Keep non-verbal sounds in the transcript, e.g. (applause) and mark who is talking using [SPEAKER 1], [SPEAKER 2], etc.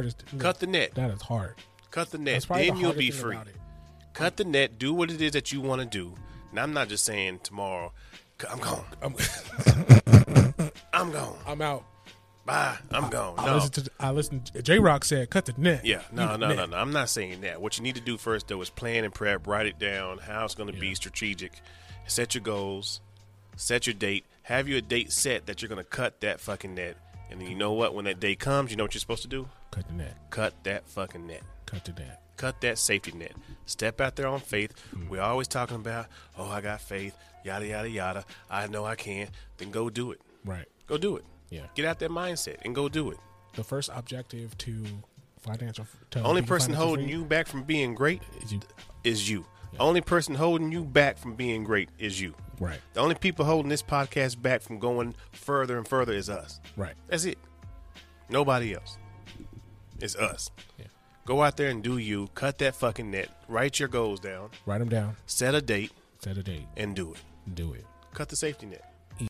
[SPEAKER 1] hardest. to do.
[SPEAKER 2] Cut the net.
[SPEAKER 1] That is hard.
[SPEAKER 2] Cut the
[SPEAKER 1] That's
[SPEAKER 2] net.
[SPEAKER 1] probably
[SPEAKER 2] Then
[SPEAKER 1] the
[SPEAKER 2] you'll
[SPEAKER 1] hardest
[SPEAKER 2] be
[SPEAKER 1] thing
[SPEAKER 2] free.
[SPEAKER 1] about it.
[SPEAKER 2] Cut the net. Do what it is that you want to do. And I'm not just saying tomorrow. "C- I'm gone.
[SPEAKER 1] I'm, (laughs)
[SPEAKER 2] I'm gone.
[SPEAKER 1] I'm out.
[SPEAKER 2] Bye. I'm gone.
[SPEAKER 1] I
[SPEAKER 2] No.
[SPEAKER 1] listened to I listened. To, J Rock said, "Cut the net."
[SPEAKER 2] Yeah, no,
[SPEAKER 1] You
[SPEAKER 2] no, no,
[SPEAKER 1] net.
[SPEAKER 2] no. I'm not saying that. What you need to do first, though, is plan and prep, write it down, how it's going to be strategic, set your goals, set your date, have your date set that you're going to cut that fucking net. And then you know what? When that day comes, you know what you're supposed to do?
[SPEAKER 1] Cut the net.
[SPEAKER 2] Cut that fucking net.
[SPEAKER 1] Cut the net.
[SPEAKER 2] Cut that safety net. Step out there on faith.
[SPEAKER 1] Hmm.
[SPEAKER 2] We're always talking about, oh, I got faith, yada, yada, yada. I know I can. Then go do it.
[SPEAKER 1] Right.
[SPEAKER 2] Go do it.
[SPEAKER 1] Yeah.
[SPEAKER 2] Get out that mindset and go do it.
[SPEAKER 1] The first objective to financial. To
[SPEAKER 2] Only
[SPEAKER 1] being
[SPEAKER 2] person
[SPEAKER 1] financial
[SPEAKER 2] holding
[SPEAKER 1] free
[SPEAKER 2] you back from being great
[SPEAKER 1] is you.
[SPEAKER 2] is you. Only person holding you back from being great is you.
[SPEAKER 1] Right.
[SPEAKER 2] The only people holding this podcast back from going further and further is us.
[SPEAKER 1] Right.
[SPEAKER 2] That's it. Nobody else. It's us.
[SPEAKER 1] Yeah.
[SPEAKER 2] Go out there and do you. Cut that fucking net. Write your goals down.
[SPEAKER 1] Write them down.
[SPEAKER 2] Set a date
[SPEAKER 1] Set a date.
[SPEAKER 2] and do it.
[SPEAKER 1] and Do it.
[SPEAKER 2] Cut the safety net.